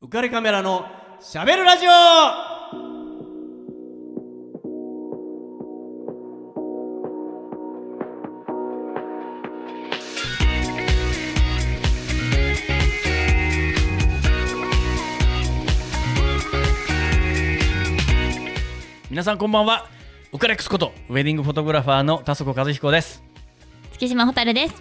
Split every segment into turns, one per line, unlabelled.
浮かれカメラのしゃべるラジオ
皆さんこんばんはウカレックスことウェディングフォトグラファーの田底和彦です
月島蛍です。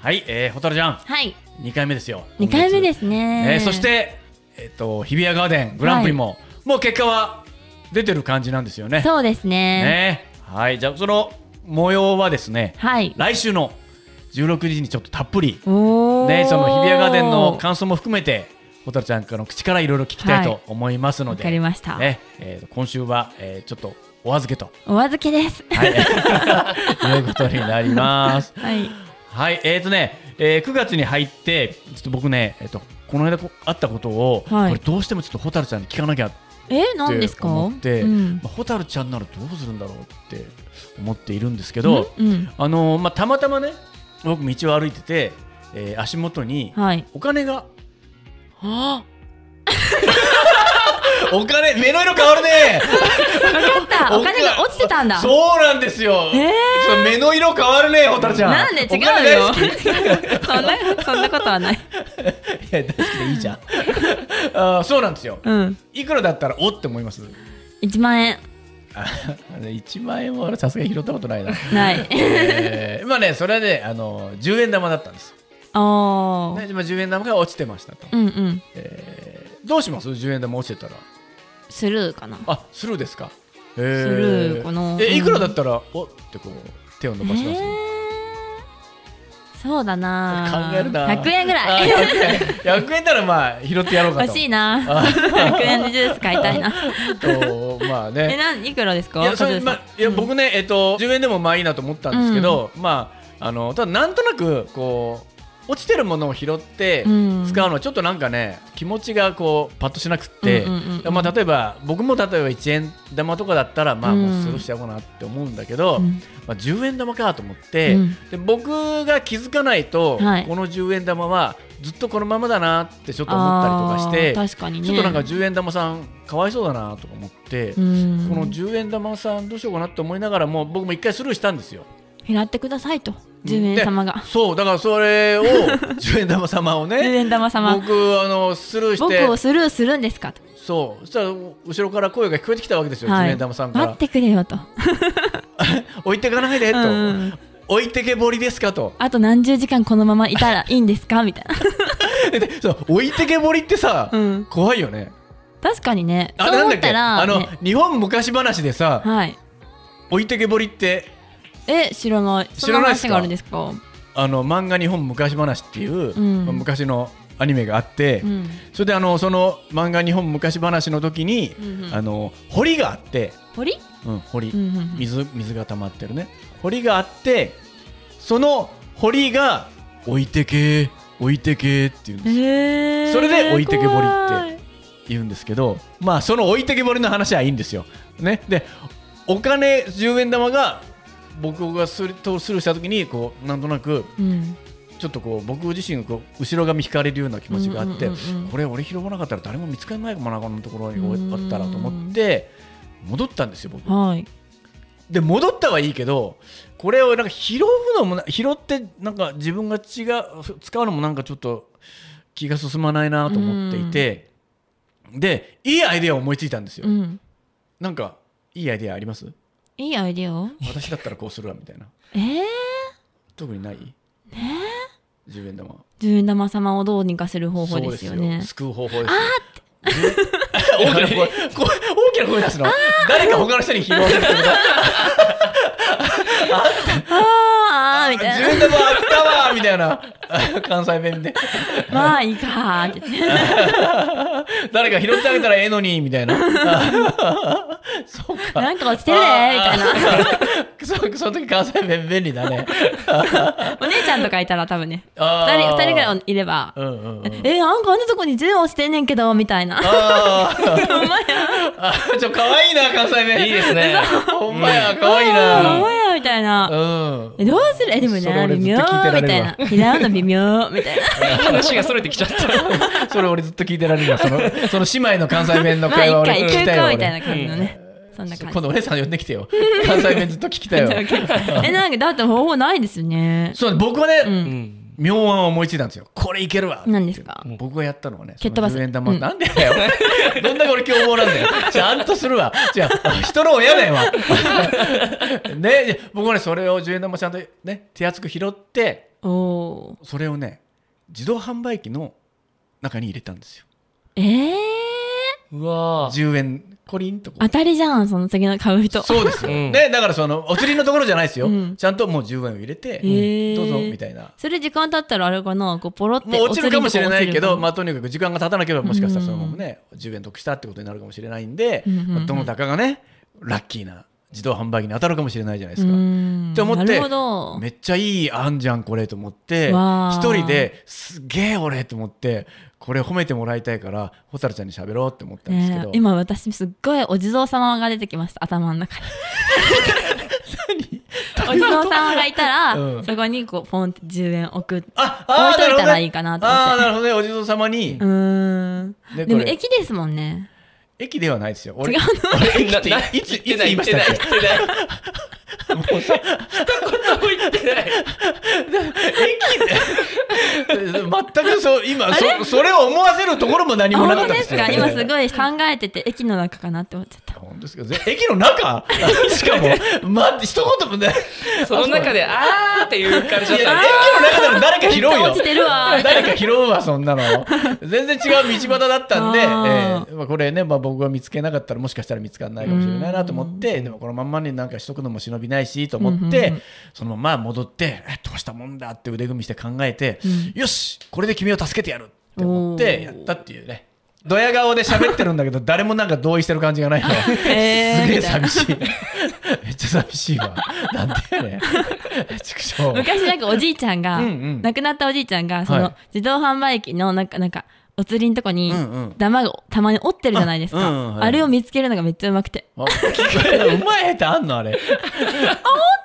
はい、えー、蛍ちゃん
はい、
2回目ですよ、
二回目ですすね。
えーそして、えっと日比谷ガーデングランプリも、もう結果は出てる感じなんですよね
そうですね。
ねはいじゃあその模様はですね
はい。
来週の16時にちょっとたっぷり
おー
ねその日比谷ガーデンの感想も含めて蛍ちゃんからの口からいろいろ聞きたい
は
と
い
思いますの
わ
で、
かりました。
ねえーと今週は、えーちょっとお預けと
お預けです。
はい、 ということになります。
はい。
はい、えーとね、えー9月に入って、ちょっと僕ね、えっ、と、この間こあったことを、
はい
これどうしてもちょっと蛍ちゃんに聞かなきゃって
えー、何ですか？
思って、
うん。
まあ、蛍ちゃんならどうするんだろうって思っているんですけど、
うんうん
あのーまあ、たまたまね、僕道を歩いてて、えー足元に
はい。
お金が、 お金、目の色変わるね
わかった。お金が落ちてたんだ。
そうなんですよ。
えー
ちょっと目の色変わるね、ホタルちゃん。
なんで違
お金
う
大
よ。
好きい
そんなそんなことはない。
や、大好きでいいじゃん。 あーそうなんですよ。
うん。
いくらだったらおって思い ます。
一万円
1万円は俺さすがに拾ったことないな。
ない。
え ーまあね、それはね、あの10円玉だったんです。
おー
ね、今10円玉が落ちてましたと。
うんうん。
えーどうします ?10 円玉落ちてたら。
スルーかな。
あ、スルーですか。ス
スルーかな
え、いくらだったらおってこう手を伸
え
ばします。
ーそうだな。
考えるな。
百円ぐら
あ
い。
ー。100円100円なら まあ拾ってやろうかと。
欲しいな。
あ
百円でジュース買いたいな。
とまあ
え、
ね。
なんいくらです
い
か？
やそれ
和樹
ま
さん
あいや僕ねえっと10円でもまあいいなと思ったんですけど、まああのただなんとなくこう落ちてるものを拾って使
う
うんのはちょっとなんかね気持ちがこうパッとしなくって、
うんうんうんうん
まあ例えば僕も例えば1円玉とかだったらまあもううんスルーしちゃおうかなって思うんだけど、
うん
まあ10円玉かと思って、
うん
で僕が気づかないと、
はい
この10円玉はずっとこのままだなってちょっと思ったりとかして。
あー確かにね
ちょっとなんか10円玉さんかわいそうだなとか思って、
うん
この10円玉さんどうしようかなと思いながらも僕も一回スルーしたんですよ。
拾ってくださいと10円様が
でそうだからそ れを10円玉様を
10
ね
円玉様
僕あのスルーし
僕
て
をスルーするんですかと、
そうそしたら後ろから声が聞こえてきたわけですよ、10円玉さんか
待
ら
ってくれよと
「置いてかないで」と
うんうん
「置いてけぼりですか」と
あと何十時間このままいたらいいんで すかみたいな
でそう置いてけぼりってさ、
うん
怖いよね
確かにね
あ
そう
なん
思
だ
っ
っけ
たら、
あの
ね、
日本昔話でさ
はい
置いてけぼりって
え知らない
知らないっすか
そん話があるんですか
あの漫画日本昔話っていう、
うん
まあ昔のアニメがあって、
うん
それであのその漫画日本昔話の時に、
うんうん
あの堀があって、
堀
うん、堀、
うんうんうん
水水が溜まってるね堀があってその堀が置いてけ置いてけって言うん
え
です
ー、
それで置いてけぼりって
怖い
言うんですけどまあその置いてけぼりの話はいいんですよ。ね、でお金10円玉が僕がスルとスルーした時にこうなんとなく
うん
ちょっとこう僕自身がこう後ろ髪引かれるような気持ちがあって、
うんうんうんうん
これ俺拾わなかったら誰も見つかんないかもなこのところに
うん
あったらと思って戻ったんですよ僕
はい
で戻ったはいいけどこれをなんか拾うのもな拾ってなんか自分が違う使うのもなんかちょっと気が進まないなと思っていて、でいいアイデアを思いついたんですよ、
うん
なんかいいアイデアあります
いいアイディアを
私だったらこうするわみたいな
えー、
特にない、ね、10円玉
10円玉様をどうにかする方
そ
法
う
ですよね
救う方法ですよ。 大きな声、こ大きな声出すの。誰か他の人に拾わせるってこと。
あーあーみたい
自分でもあったわみたいな 関西弁で
なまあいいかーって
誰か拾ってあげたらええのにみたいな。そうか。
なんか落ちてるでーみたいな
な。そうその時関西弁便利だね。
お姉ちゃんとかいたら多分ね
あ
2
ー
人二人ぐらいいれば
う
「
んうんうん。
えなんかあんなとこに銃落ちてんねんけど」みたいな
あー
「お前や
あ、ちょ可愛いな関西弁。いいですね。ほんまや可愛い
お
な。
前や」みたいな。
うん
えどうするえ、でも
それ
な、
俺
微
ずっと
妙み
聞いてら
た
れ
い
るわ
な。平尾の微妙み たいな。
話がそれてきちゃった。
それ俺ずっと聞いてられるわそのその姉妹の関西弁の
まあ、
会話
一
俺
回
聞
行
き
く
たい
か
わ
みたい
俺
な感じのね。そんな感
今度お姉さん呼んできてよ 関西弁ずっと聞きたいわ
じ。え、 なんか、だって方法ないですよね。
そう僕はね、
うん。
妙案を思いついたんですよこれいけるわ
何ですか
僕がやったのはね
蹴っ飛ばす
その10円玉
うん
なんでだよ どんだけ俺凶暴なんだよちゃんとするわじゃあ人の親だよ ねで僕はねそれを10円玉ちゃんとね手厚く拾って
おおー。
それをね自動販売機の中に入れたんですよ
ええ
うわー
10円コリンとこう
当たりじゃん、その次の買う人。
そうですよ、
うん
ねだからそのお釣りのところじゃないですよ、
うん
ちゃんともう10円を入れて、
へー
どうぞみたいな
それ時間経ったらあれかな、こうポロって
もう落ちるかもしれないけど、ま
ま
あ、とにかく時間が経たなければもしかしたらそのま
う
ま
ん
ね、10円得したってことになるかもしれないんで、
うんうんうん
まあどの高がねラッキーな自動販売機に当たるかもしれないじゃないで
う
すか。
ん
って思って
なるほど。
めっちゃいい案じゃんこれと思って
わ
一
ー
人ですげえ俺と思ってこれ褒めてもらいたいから蛍ちゃんに喋ろうって思ったんですけ
ね
ど、
え、 今私すっごいお地蔵様が出てきました頭の中 にお地蔵様がいたら、
うん
そこにこうポンって10円置く
あ
置
あ
い
ーな
と
る
い
ほ
た
ど
らい
ね
いかなと思
あ
っ
ー
て
なるほどねお地蔵様に、
うーん
で
でも
これ
駅ですもんね
駅ではないですよ俺
違う
俺駅っ
なな
ていついつ
言ってない
言いましたっ
言ってない言ってない
けもうさ
そんなこと言ってない。
全くそう今そそれを思わせるところも何
あ
もな
本
かっ
当
た
ですか
よ
今すごい考えてて駅の中かなって思っちゃった
本当ですかぜ駅の中 しかも、ま、一言もね
その中で、あーっていう感じ
い
だ
や
っ
駅
た
の中なら
んで
誰か拾う
めっちゃ
よ
落ちてるわ
誰か拾うわそんなの全然違う道端だったんで、え
あー
ーまあ、これね、まあ、僕が見つけなかったらもしかしたら見つからないかもしれないなと思ってでもこのまんまになんかしとくのも忍びないしと思って、
うんうんう
そのまま戻ってえどうしたもんだって腕組みして考えて、よしこれで君を助けてやるって思ってやったっていうねドヤ顔で喋ってるんだけど 誰もなんか同意してる感じがないの、
えー
すげえ
みたい
寂しい めっちゃ寂しいわなんでやねん畜生
昔なんかおじいちゃんが、
うんうん
亡くなったおじいちゃんがその、
はい
自動販売機のなんかなんかお釣りのとこに
うんうん
玉がたまに折ってるじゃないですか、
あ
あ,、
うんうんはい
れを見つけるのがめっちゃうまくて
あうまい下手あんのあれ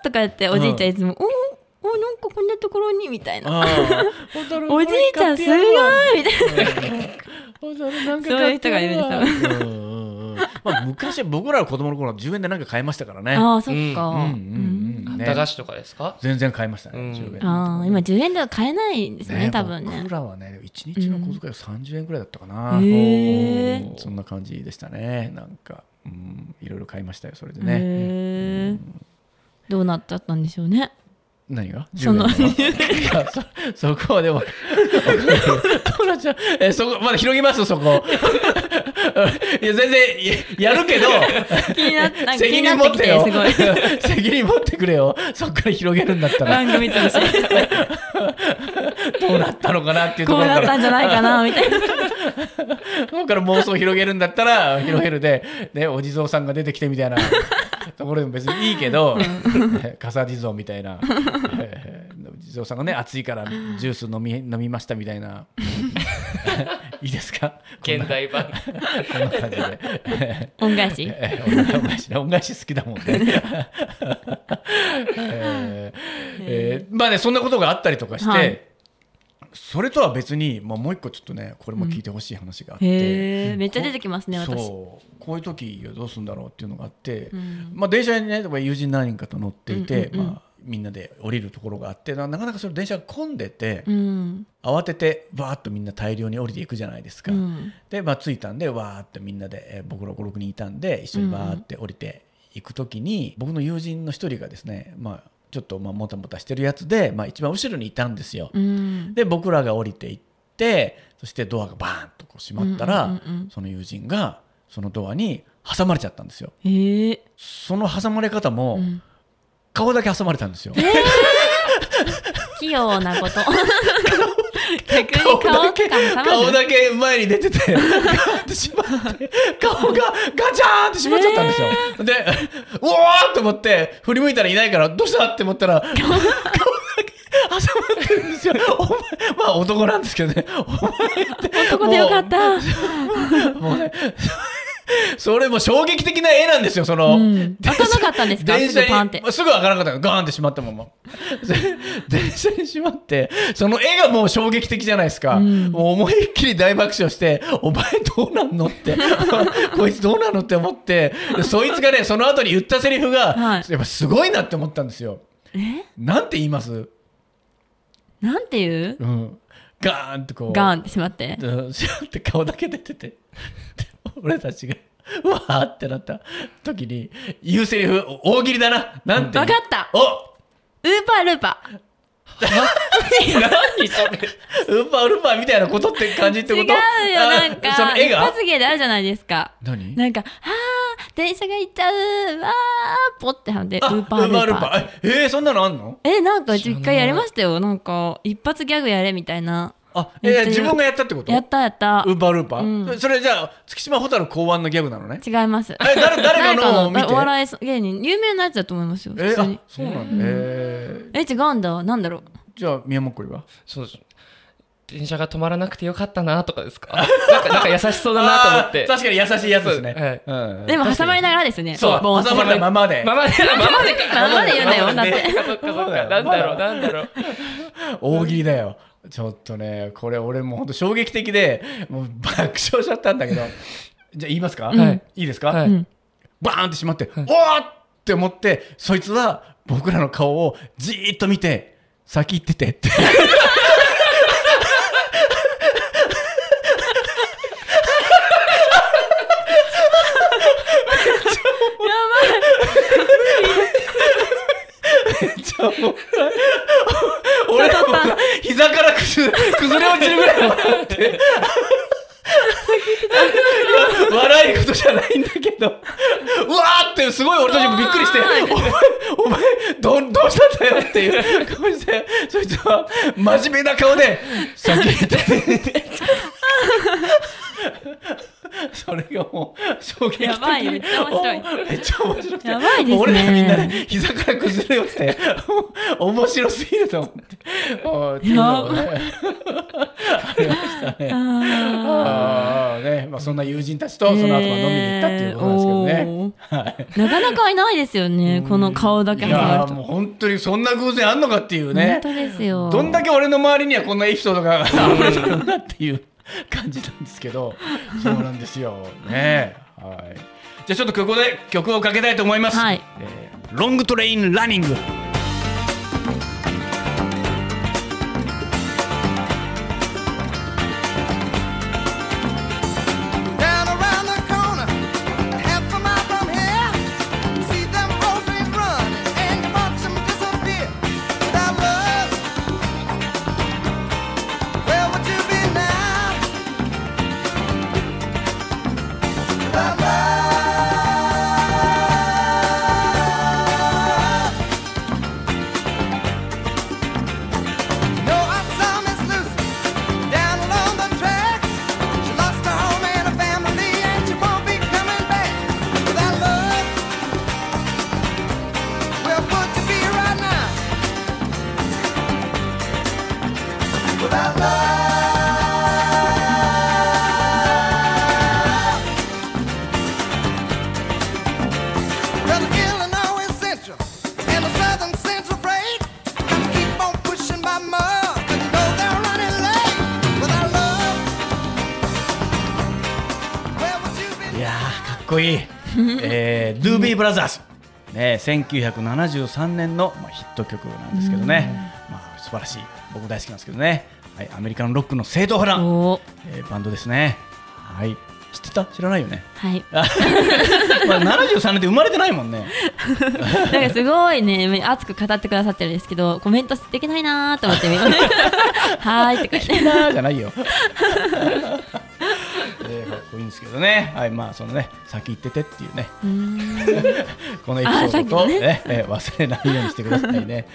とかやっておじいちゃんいつも「おおなんかこんなところに」みたいな「お
お
じいちゃんすごい」みたいなそういう人がいるんです
よ、うんうんうんまあ、昔僕らの子供の頃は10円で何か買えましたからね
あ あそっ
う
か、
んうんうんね
駄菓子とかですか
全然買えましたね、
うん
10円
ああ今10円では買えないんですね
ね
多分ね
僕らはね1日の小遣いが30円くらいだったかな、
へえ
うんそんな感じでしたねなんか、うん、いろいろ買いましたよそれで
へ
ね、
えどうなっちゃったんでしょう ね
何が
その
10円がいやそそこはでもわかんないトラちゃんえそこまだ広げますそこいや全然ややるけど
気になってなんか気
責
にな
任
って
持ってよ
きてすごい
責任持ってくれよそっから広げるんだったら
番組通し
どうなったのかなっていうと
こ
こ
う
ろ
な
か
っ
ら
たんじゃないかなみたいな
そこから妄想を広げるんだったら広げるで、ね、お地蔵さんが出てきてみたいな ところでも別にいいけど、ね笠地蔵みたいな、えーお地蔵さんがね暑いからジュース飲み飲みましたみたいな いいですかこんな
現代版。
こんな感じで、え
恩返し
ー恩返し恩返し好きだもんね、 えーえーまあねそんなことがあったりとかして、
はい
それとは別に、まあ、もう一個ちょっとねこれも聞いてほしい話があって。
へえめっちゃ出てきますね
そう
私
こういう時どうするんだろうっていうのがあって、
ん
まあ、電車にね友人何人かと乗っていて、
うんうんうん
まあ、みんなで降りるところがあってななかなかその電車が混んでて、
うん
慌ててバーッとみんな大量に降りていくじゃないですか。
うん
で、まあ、着いたんでわーってみんなで、えー僕ら56人いたんで一緒にバーって降りていく時に、僕の友人の一人がですね、まあ、ちょっとまあもたもたしてるやつで、まあ、一番後ろにいたんですよ。
うん
で僕らが降りていってそしてドアがバーンとこう閉まったら、
うんうんうんうん
その友人がそのドアに挟まれちゃったんですよ
へえ
その挟まれ方も、
ん
顔だけ挟まれたんですよ、
器用なこと逆に
顔だ
顔
け
とかもさ
顔だけ前に出ててガーッて閉まって顔がガチャーンって閉まっちゃったんですよ、でうおーっと思って振り向いたらいないからどうしたって思ったら顔だけ挟まってるんですよお前まあ男なんですけどねお前って
ここでよかった
もうね、 それも衝撃的な絵なんですよその、
うん開かなかったんですか
電車
すぐパンっ
に
て
まあすぐ開かなかったのガーンって閉まったまま 電車に閉まってその絵がもう衝撃的じゃないですか、
うん
もう思いっきり大爆笑して「お前どうなんの?」って こいつどうなのって思ってでそいつがねその後に言ったセリフが、
はい
やっぱすごいなって思ったんですよ。
え
なんて言います、
なんていう
うん、ガーンってこう
ガーンってしまって
うんシャンって顔だけ出ててで俺たちがうわーってなった時に言うセリフお大喜利だななんて言う
わかった
お
ウーパールーパ
何それ
ウーパールーパーみたいなことって感じっ
ー
て
違
こ
うよ
と
なん
あその
か
絵
一
が
発芸であるじゃないですか
何
なんか「あー電車が行っちゃううわーポッ」てはんでウ
あ
ーパールーパー
ええーそんなのあんの
えなんかうち
知らない
一回やりましたよなんか一発ギャグやれみたいな
あ
やっ
えー
てる
自分がやったってこと
やったやった
ウーパールーパー、
うん
それじゃあ月島蛍考案のギャグなのね
違います
え誰誰かのを見て
誰お笑い芸人有名なやつだと思いますよ
え
普通
ー
に
あそうなんだ、え
え違うんだなんだろう
ーじゃあ宮本こりは
そうです電車が止まらなくてよかったなとかですか なんかなんか優しそうだなと思っ
あー
て
確かに優しいやつですね、
そ
うん
でも挟まれながらですよね
そう
ボン
挟まれたままで
ままでままでか
ままで言うんだよだっ
ね
て
そっかそっかそっかなんだろうなんだろう
大喜利だよちょっとねこれ俺もうほんと衝撃的でもう爆笑しちゃったんだけどじゃあ言いますか、
はい
いいですか、
はい
うん
バーンってしまって、おーって思ってそいつは僕らの顔をじーっと見て先行っててって じゃあもう俺らもさ膝から崩崩れ落ちるぐらい笑って 笑いことじゃないんだけどうわーってすごい俺たちもびっくりしてお前お前どどうしたんだよって いう顔してそいつは真面目な顔で先に出 てそれがもう衝撃的に
やばいめっちゃ面白い
おめっちゃ面白くて
やばいですね
俺らみんなね膝から崩れ落ちて もう面白すぎると思っておーっていうのをねありましたねあーね、まあ、そんな友人たちとその後は飲みに行ったっていうことなんですけどね。
ね、なかなかいないですよねこの顔だ
い
け挟ま
や
れ
ー
る
もう本当にそんな偶然あんのかっていうね
本当ですよ
どんだけ俺の周りにはこんなエピソード が溢れてるんだっていう感じなんですけどそうなんですよねはいじゃあちょっとここで曲をかけたいと思います、
はい
えーロングトレインランニング
Down around the corner, half a mile from here, see them roses run and watch them disappear. Without love, where would you be now? Without love. No, I saw Miss Lucy down along the tracks. She lost her home and her family, and she won't be coming back. Without love, where would you be right now? Without love. Well, the Illinois Central and the Southern Central Freight keep on pushing by miles, but you know they're running late. Without love, where would you be?
いやーかっこ いい、えー、ドゥービーブラザーズ、ね、1973年の、まあ、ヒット曲なんですけどね、まあ、素晴らしい僕大好きなんですけどね、はい、アメリカのロックの正統派な、
おー
えーバンドですねはい知ってた知らないよね
はい
あまあ73年って生まれてないもんね
なんかすごいね熱く語ってくださってるんですけどコメントできないなーと思って見 ますはーいとか言って
なーじゃないよ えーかっこいいんですけどね、はいまあ、そのね先行っててっていうねこのエピソードと、
あーさっきの
ね
ね
えー忘れないようにしてくださいね、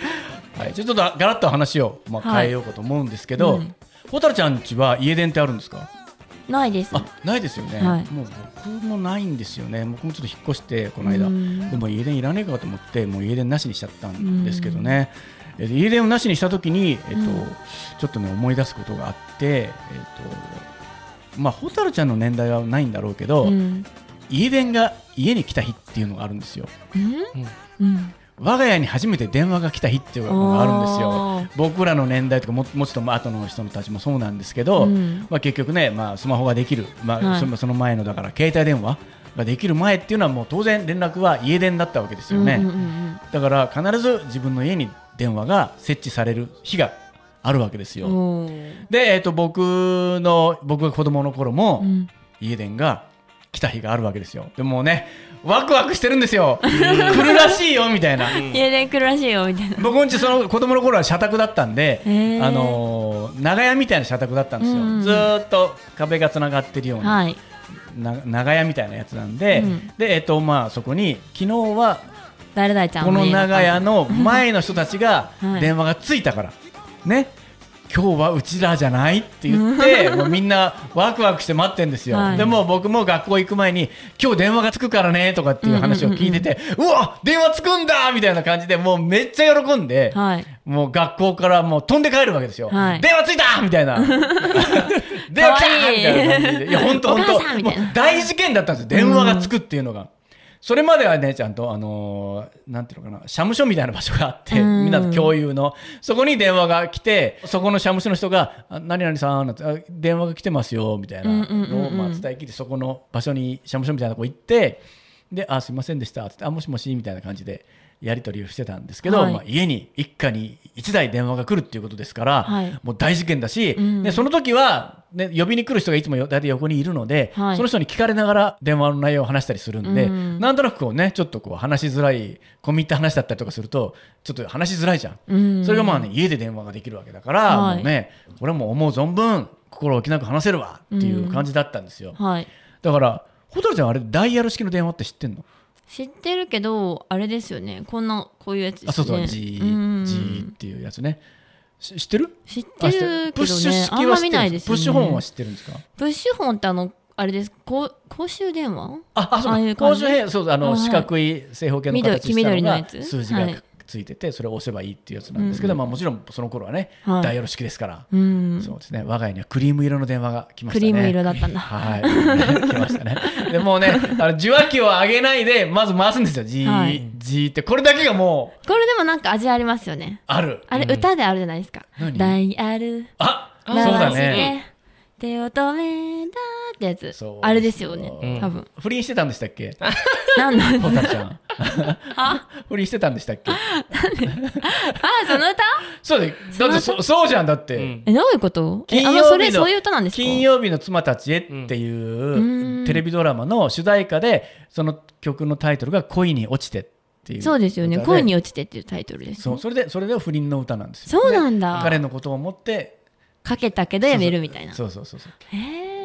はい、ちょっとだガラッと話を、まあ、
はい
変えようかと思うんですけど、
う
蛍
ん
ちゃんちは家電ってあるんですか
ないです
あないですよね、
はい
もう僕もないんですよね僕もちょっと引っ越してこの間
うん
でも家電いらねえかと思ってもう家電なしにしちゃったんですけどね、えで家電をなしにした時に、えっと
うん
ちょっとね思い出すことがあってえっとまあ蛍ちゃんの年代はないんだろうけど、
うん
家電が家に来た日っていうのがあるんですよ
うん
我が家に初めて電話が来た日っていうのがあるんです
お
よ
ー
僕らの年代とかももちろん後の人たちもそうなんですけど、
うん
まあ、結局ね、まあ、スマホができる、まあ
はい
そのその前のだから携帯電話ができる前っていうのはもう当然連絡は家電だったわけですよね、
うんうんうん
だから必ず自分の家に電話が設置される日があるわけです
うん
よ、
おー
で、えっと僕の僕が子供の頃も、
うん
家電が来た日があるわけですよでもうねワクワクしてるんですよ来るらしいよみたいな
家電来るらしいよみたいな
僕んちその子供の頃は社宅だったんで、
へー
あのー長屋みたいな社宅だったんですよ、
うん
ずーっと壁がつながってるような,、
はい
な長屋みたいなやつなんで、
うん
でえっとまあそこに昨日は
誰々ちゃん
この長屋の
の
前の人たちが
はい
電話がついたから、ね今日はうちらじゃないって言ってもうみんなワクワクして待ってんですよ、
はい
でもう僕も学校行く前に今日電話がつくからねとかっていう話を聞いてて、うわ電話つくんだみたいな感じでもうめっちゃ喜んで、
はい
もう学校からもう飛んで帰るわけですよ、
はい
電話ついたみた いな電話来たみたいな感じでいや本当
お
本
母
当
さんみたいな
もう大事件だったんですよ電話がつくっていうのが、それまではねちゃんとあのーなんていうのかな社務所みたいな場所があって、
うん
みんなと共有のそこに電話が来てそこの社務所の人が「あ何々さん」なんてあ電話が来てますよ」みたいな
うんうんうんうん
のをまあ伝え切ってそこの場所に社務所みたいなとこ行ってで「あすいませんでした」つって「あもしもし」みたいな感じで。やり取りをしてたんですけど、
はい
まあ、家に一家に一台電話が来るっていうことですから、
はい
もう大事件だし、
うん
でその時は、ね、呼びに来る人がいつもよ大体横にいるので、
はい
その人に聞かれながら電話の内容を話したりするんで、
うん
なんとなくこうねちょっとこう話しづらい込み入った話だったりとかするとちょっと話しづらいじゃん、
うん
それがまあね家で電話ができるわけだから、
はい
もうね俺はもう思う存分心置きなく話せるわっていう感じだったんですよ、
はい
だから蛍ちゃんあれダイヤル式の電話って知ってんの
知ってるけどあれですよねこんなこういうやつですね
あそうそう、G
うん
G っていうやつねし知ってる
知って
あ知
る
プ
け
ッ
ど
シュ
ね
式
あん
は知っ
ま
てる
見ないですよね
プッシュホンは知ってるんですか
プッシュホンってあのあれですこう公衆電話
あ、あ、
ああ
そ
いうう
だ。公
感
衆
じ
平そうだあ
あ
の
はい
四角い正方形の形した
緑黄緑
の
の
が
やつ
数字が
はい
ついてて、それを押せばいいっていうやつなんですけど、
うん
まあもちろんその頃はね、
はい
ダイヤル式ですから。
うん
そうですね。我が家にはクリーム色の電話が来ましたね。
クリーム色だったんだ
はい、来ましたね。でもうね、あの受話器を上げないで、まず回すんですよ。じ
は
ー
い
じーって、これだけがもう
これでもなんか味ありますよね
ある。
あれ歌であるじゃないですか
何
ダイアル
あ、そう
回
だ
して
ね。
手を止めたってや
そう
つ
ですよ
あれですよね
うん
多分
不倫してたんでしたっけ、
なん なん
ホタルちゃん。
あ
不倫してたんでしたっけ？
あその歌
そうだよだってそそうじゃんだって。
うん
えどういうことえ
金曜日の
あのそれそういう歌なんですか
金曜日の妻たちへっていううんテレビドラマの主題歌でその曲のタイトルが「恋に落ちて」っていう
そうですよね
歌
恋に落ちてっていうタイトルです
そうそれでそれで不倫の歌なんですよ
そうなんだ
彼のことを思って
かけたけどやめるみたいな
そうそうそうそうっ
へえ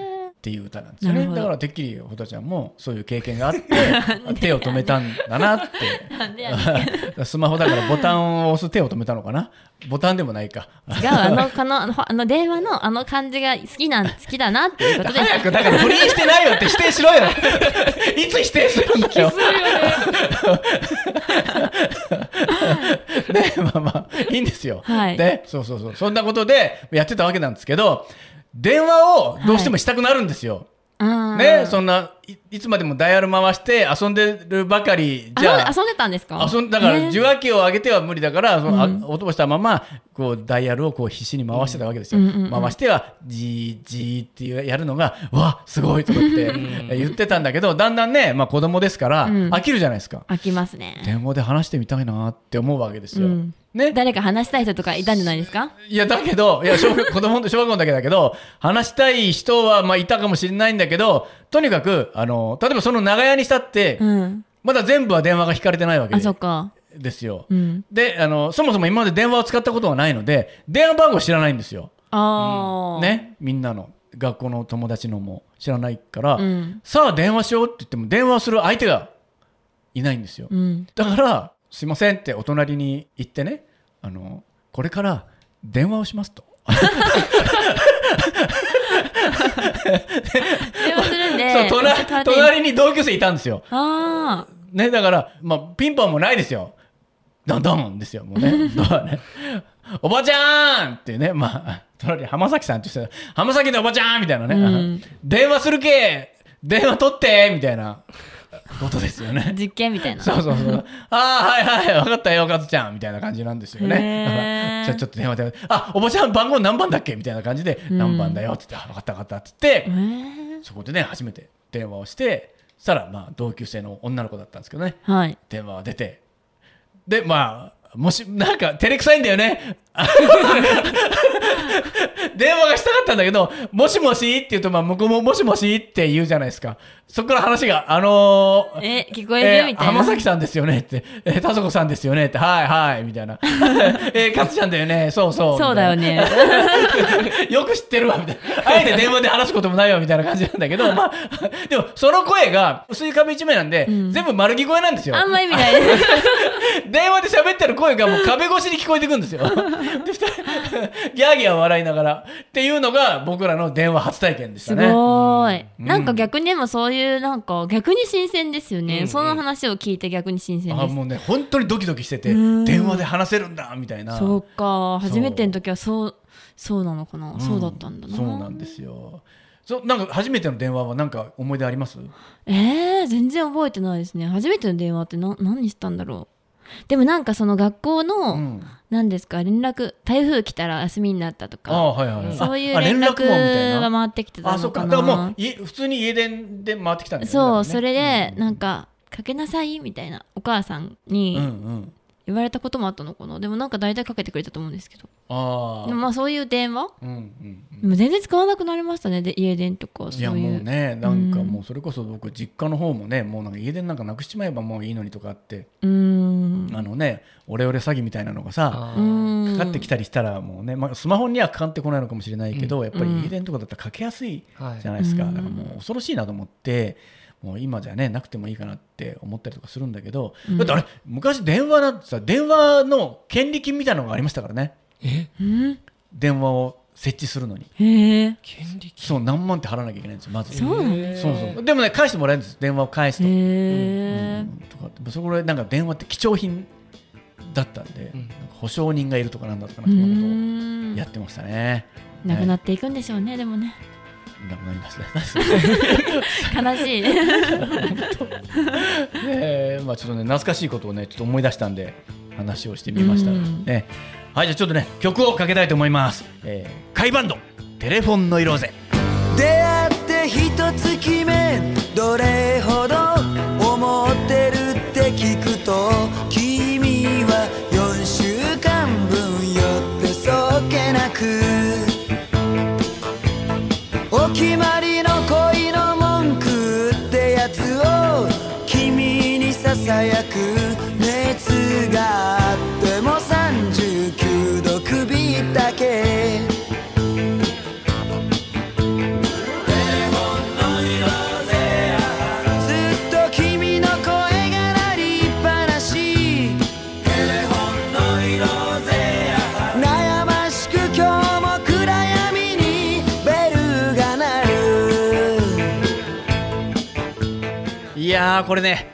ていう歌なんですよ
な
ね
るほど
だからてっきりホタちゃんもそういう経験があって 手を止めたんだなって
なんでやねん違う
スマホだからボタンを押す手を止めたのかなボタンでもないか
あのこのあのあの電話のあの感じが好きなん好きだなっていうことです
早くだから不倫してないよって否定し ろよいつ否定するんだよねまあまあいいんですよ、
はい
でそうそうそうそんなことでやってたわけなんですけど電話をどうしてもしたくなるんですよ、
うん
ねそんないいつまでもダイヤル回して遊んでるばかりじゃ
あ遊んでたんですか
遊んだから受
分
話器を上げては無理だから、そのあ
うん
音をしたままこうダイヤルをこう必死に回してたわけですよ、
うんうんうん
回してはじーじーっていうやるのがわすごいとかって言ってたんだけどだんだんね、まあ、子供ですから
うん
飽きるじゃないですか、
飽きますね
電話で話してみたいなって思うわけですよ、
うん
ね
誰か話したい人とかいたんじゃないですか
いやだけどいや小学子供の小学校のだけだけど話したい人はまあいたかもしれないんだけどとにかくあの例えばその長屋にしたって、
うん
まだ全部は電話が引かれてないわけ
あ
で
そっか
ですよ、
うん
であのそもそも今まで電話を使ったことがないので電話番号知らないんですよ、
ああ
ね、みんなの学校の友達のも知らないから、
うん
さあ電話しようって言っても電話する相手がいないんですよ、
うん
だから「すいません」ってお隣に行ってねあのこれから電話をしますと。
電話するんで
そう 隣
ちょっと待って
隣に同級生いたんですよ。
ああ
ね、だから、まあ、ピンポンもないですよ。ドンドンですよ、もうね。ドアねおばちゃんっていうね、まあ、隣、浜崎さんとして、浜崎のおばちゃんみたいなね、
うん
電話するけ電話取ってみたいなことですよね。
実験みたいな。
そうそうそう。ああ、はいはい、分かったよ、カズちゃん。みたいな感じなんですよ
へ
ね。
ー
じゃあちょっと電話で、あ、おばちゃん番号何番だっけみたいな感じで、
ん
何番だよって言って、あ分かった分かったって言って
え、ー
そこでね、初めて電話をして、そしたら、まあ、同級生の女の子だったんですけどね、
はい。
電話が出て、で、まあ、もし、なんか、照れくさいんだよね。 電話がしたかったんだけど、もしもしって言うと、まあ、向こうももしもしって言うじゃないですか。そこから話が、あのー
え、聞こえるみたいな。
浜崎さんですよねって、えー、田底さんですよねって、はいはい、みたいな。 えー、勝ちゃんだよね、そうそう。
そうだよ
み
ね。
たいな。 よく知ってるわ、みたいな。あえて電話で話すこともないわ、みたいな感じなんだけど、まあ、でも、その声が、薄い壁一面なんで、全部丸聞こえなんですよ。
あんま意味ないです。
電話で喋ってる声がもう壁越しに聞こえてくるんです よ。で、二人、ギャーギャー笑いながら、っていうのが僕らの電話初体験でした
す
ね。
ごーい。
うん
なんか逆にでもそういう、なんか逆に新鮮ですよね。その話を聞いて逆に新鮮
あ
です。
もうね、本当にドキドキしてて、
うん
電話で話せるんだ、みたいな。
そうか。
そう
初めての時はそう、そうなのかな。そうだったんだな。
そうなんですよそうなんか初めての電話はなんか思い出あります
えー、全然覚えてないですね。初めての電話ってな何したんだろう。でもなんかその学校
う
の、
ん
何ですか、連絡、台風来たら休みになったと
あ
か、
はいはいはい
そういう
あ
連
もみた
絡
い
が
な
回ってきてた
あそ
の
っか
か
だからも
な
う。い普通に家電で回ってきたんだよね
そう、
だか
そ
らね
れで、なんか、かけなさいみたいな、お母さんに
うんうん
言われたこともあったのかな。でもなんか大体かけてくれたと思うんですけど。
ああ
でもまあそういう電話
うんうんうん
でも全然使わなくなりましたね。で家電とか、そ
い
うい
や
う。
もうねなんかもうそれこそ僕実家の方もねもうなんか家電なんかなくしちまえばもういいのにとかって
うーん。
あのねオレオレ詐欺みたいなのがさ
あ
う
ー
ーん。
かかってきたりしたらもうね、まあ、スマホにはかかってこないのかもしれないけど、やっぱ
うん
り家電とかだったらかけやすい
はい
じゃないですか、
うん
だからもう恐ろしいなと思ってもう今じゃねなくてもいいかなって思ったりとかするんだけど、
うん
だってあれ昔電話なんてさ電話の権利金みたいなのがありましたからね
え
うん。
電話を設置するのに
へえ。
権利
そう何万って払わなきゃいけないんですよまず
そうなんで
そう そうでもね返してもらえるんです電話を返す
へ
と,、
え。
とかってそこでなんか電話って貴重品だったんで、
うん
なんか保証人がいるとかなんだとか
う
なんかそんなことを
ーん。
やってましたね。
なくなっていくんでしょうね、でも ね。
なくなりましたね。
悲しい。
えーまあちょっとね懐かしいことをねちょっと思い出したんで話をしてみました。
うん
ね、はいじゃあちょっとね曲をかけたいと思います。えー、カイバンドテレフォンの色ぜ。
出会って一月目どれほど思ってるって聞くと君は4週間分寄ってそっけなくお決まりの恋の文句ってやつを君にささやく熱があっても39度首だけずっと君の声が鳴りっぱなし悩ましく今日も暗闇にベルが鳴る
いやーこれね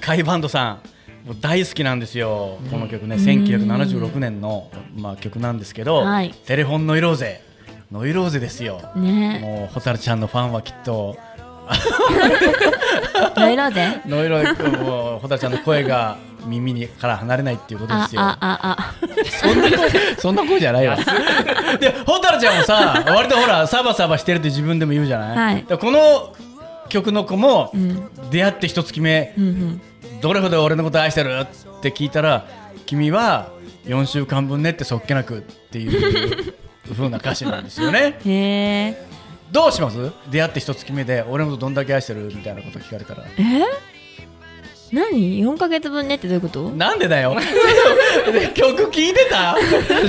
カイバンドさんもう大好きなんですよ。この曲ね1976年のまあ曲なんですけど、
はい
テレフォンの色ぜの色ぜですよ。
ね
もうホタルちゃんのファンはきっと
え。ノイローゼ
ノイロイ君もホタルちゃんの声が 耳にから離れないっていうことで
あ、
すよ。
あ、あ、あ。
そんなそんな声じゃないわ。で、ホタルちゃんもさ、割とほら、サバサバしてるって自分でも言うじゃない。
はい
でこの曲の子も、
ん
出会って一月目、
うんうん。
どれほど俺のこと愛してるって聞いたら、君は4週間分ねってそっけなくっていう風な歌詞なんですよ ね。
へえ。
どうします出会って一月目で、俺のことどんだけ愛してるみたいなこと聞かれたら。
え何 ?4 ヶ月分ねってどういうこと
なんでだよ。で 曲聞いて た
聞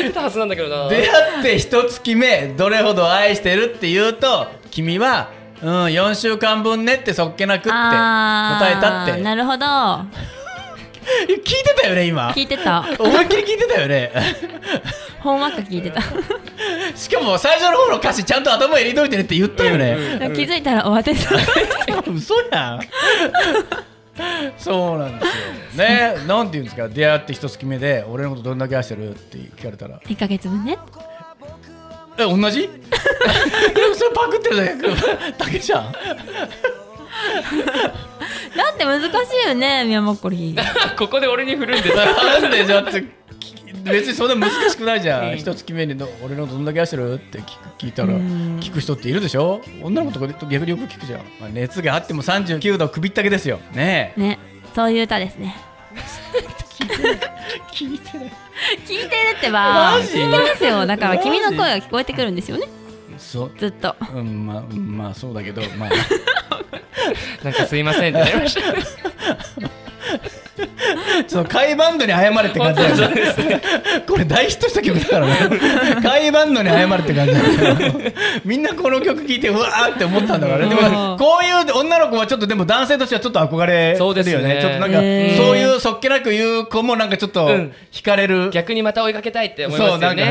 いてたはずなんだけどな
出会って一月目どれほど愛してるって言うと君はうん4週間分ねってそっけなくって
あ
答えたっ
ーな
て
るほど。
聞いてたよね今
聞いてた。
思いっきり聞いてたよね
ほんわか聞いてた。
しかも最初の方の歌詞ちゃんと頭入れといてねって言ったよね
気づいたら終わってた。
嘘やんそうなんですよねなんて言うんですか出会って一月目で俺のことどんだけ愛してるって聞かれたら
1ヶ月分ね。
え同じ いやそれパクってるだけ だけじゃん
だって難しいよねミヤマッコリ
ここで俺に振るんです
なんでじゃあって別にそんな難しくないじゃん一月目にの「俺のどんだけ愛してる?」って聞く聞いたら聞く人っているでしょ女の子とかで逆によく聞くじゃん、まあ、熱があっても39度首ったけですよねえ
ねそういう歌ですね
聞いてない
聞いてるってば
マジ
聞いてますよだから
マジ
君の声が聞こえてくるんですよね
そう
ずっと
うんまあうんまあそうだけどまあ
なんかすいませんってなりました
ちょっと甲斐バンドに謝れって感じなんだよこれ大ヒットした曲だからね甲斐バンドに謝れって感じなんだよみんなこの曲聴いてうわーって思ったんだからねで
う
も
ん
こういう女の子はちょっとでも男性としてはちょっと憧れ
そうです
るよね
ね
ちょっとなんかそう
へー
いうそっけなく言う子もなんかちょっと
うん
惹かれる、
逆にまた追いかけたいって思いま
そう
す
な
よ
んかね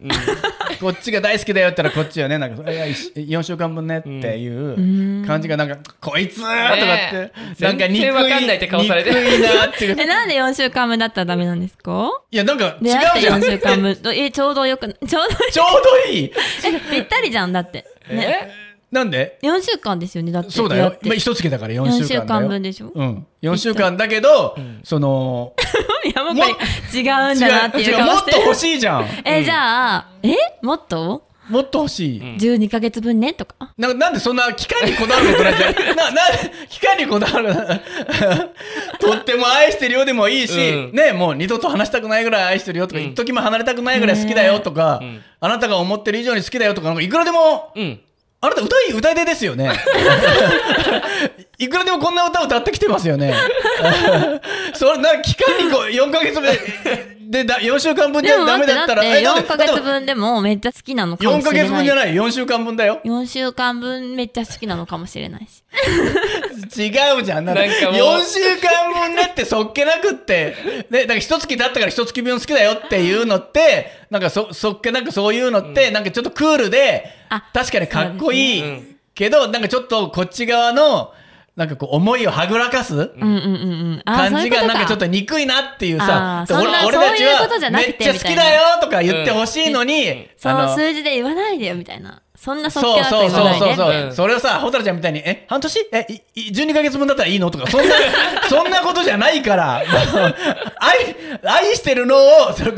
ね。
こっちが大好きだよって言ったらこっちはねなんかいやい4週間分ねっていう感じがなんか「こいつ!」とかって
ねえ
なんか
全
憎い
然わかんないって顔されて
憎いなって いう
えなんで4週間分だったらダメなんですか
いや、なんか違
出会
う
っ
じ
て
ゃん。
4週間
ち
分どえちょうどよくちょうど
ょうどいい。
えぴったりじゃんだってね
なんで
4週間ですよねだって
そうだよ。
出
まあ、
会って
一月だから4週間だよ。
4週間分でしょ
うん。4週間だけど、その、
いやもうこれ
も
違うんだ なっていう
も
顔
っ
して
と
る
欲しいじゃん。
えじゃあえもっと
もっと欲しい。
12ヶ月分ねとか
ななんでそんな期間にこだわるのとなんじゃないな、な、期間にこだわる とっても愛してるよでもいいし、
うん
ね、もう二度と話したくないぐらい愛してるよとか、
うん
一時も離れたくないぐらい好きだよとか、
ん
あなたが思ってる以上に好きだよとか、なんかいくらでも
うん。
あなた歌い歌い手ですよね。いくらでもこんな歌を歌ってきてますよね。 それなんか期間にこう4ヶ月分でだ4週間分じ
で
ゃ
も
ダ
待
メ
って
だ
だ
っ
ったて
らえだっ
4
て
ヶ月分でもめっちゃ好きなのかも
4
し
ヶ
れ
月分じゃ
ない
ない4週間分だよ。
4週間分めっちゃ好きなのかもしれないし
違うじゃん。なんか
なんかもう
4週間分だってそっけなくって。ね、だから一月経ったから一月分好きだよっていうのって、なんかそそっけなくそういうのって、なんかちょっとクールで
あ、
確かにかっこいい、
そうですね
けど、なんかちょっとこっち側の、なんかこう思いをはぐらかす、
うんうんうんうんあー
感じ
そ
が
ういうこと
なんかちょっと憎いなっていうさ
あーそんな
俺たち
そういうことじ
は
ゃな
め
く
っち
て
ゃ好きだよとか言ってほしいのに、
そ
あの
う数字で言わないでよみたいなそんなそっ
そ
け
う
なこと
そう
言わ
そう
な
そうそう
いでみたいな
うん
それをさ蛍ちゃんみたいに「え半年えいい12か月分だったらいいの?」とかそんなそんなことじゃないから 愛愛してるのをそれ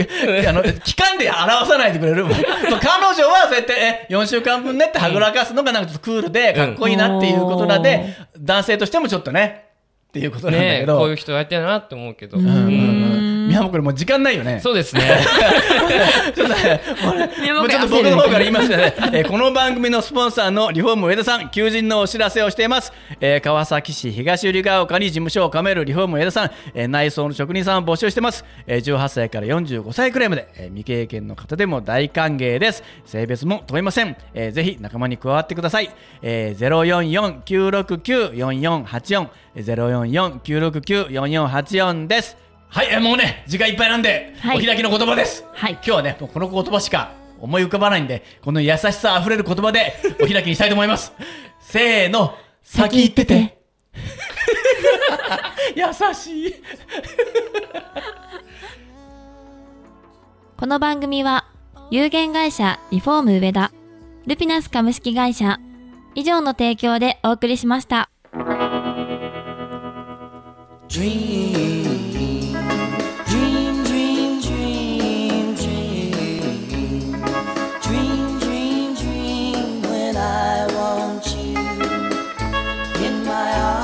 あの期間で表さないでくれる彼女はそうやってえ4週間分ねってはぐらかすのがなんかちょっとクールでかっこいいなっていうことなんで、男性としてもちょっとねっていうことなんだ
ね
け
え
ど、
こういう人やってるなって思うけど。
うんうん
うん
うん、宮本これもう時間ないよね。
そうですね。
ちょっとねもうね
宮
も
本
う
君
ちょっと僕の方から言いますね、えーこの番組のスポンサーのリフォーム上田さん、求人のお知らせをしています。えー川崎市東百合ヶ丘に事務所を構えるリフォーム上田さん、えー内装の職人さんを募集してます。えー18歳から45歳くらいまで、えー未経験の方でも大歓迎です。性別も問いません。えーぜひ仲間に加わってください。えー、044-969-4484、えー044-969-4484です。はい、えーもうね、時間いっぱいなんで、
はい
お開きの言葉です。
はい
今日はね、もうこの言葉しか思い浮かばないんで、この優しさあふれる言葉でお開きにしたいと思い ます。せーの、先行ってて。優しい。
この番組は有限会社リフォーム上田ルピナス株式会社以上の提供でお送りしました。
Dream, dream, dream, dream, dream, dream, dream, dream. When I want you in my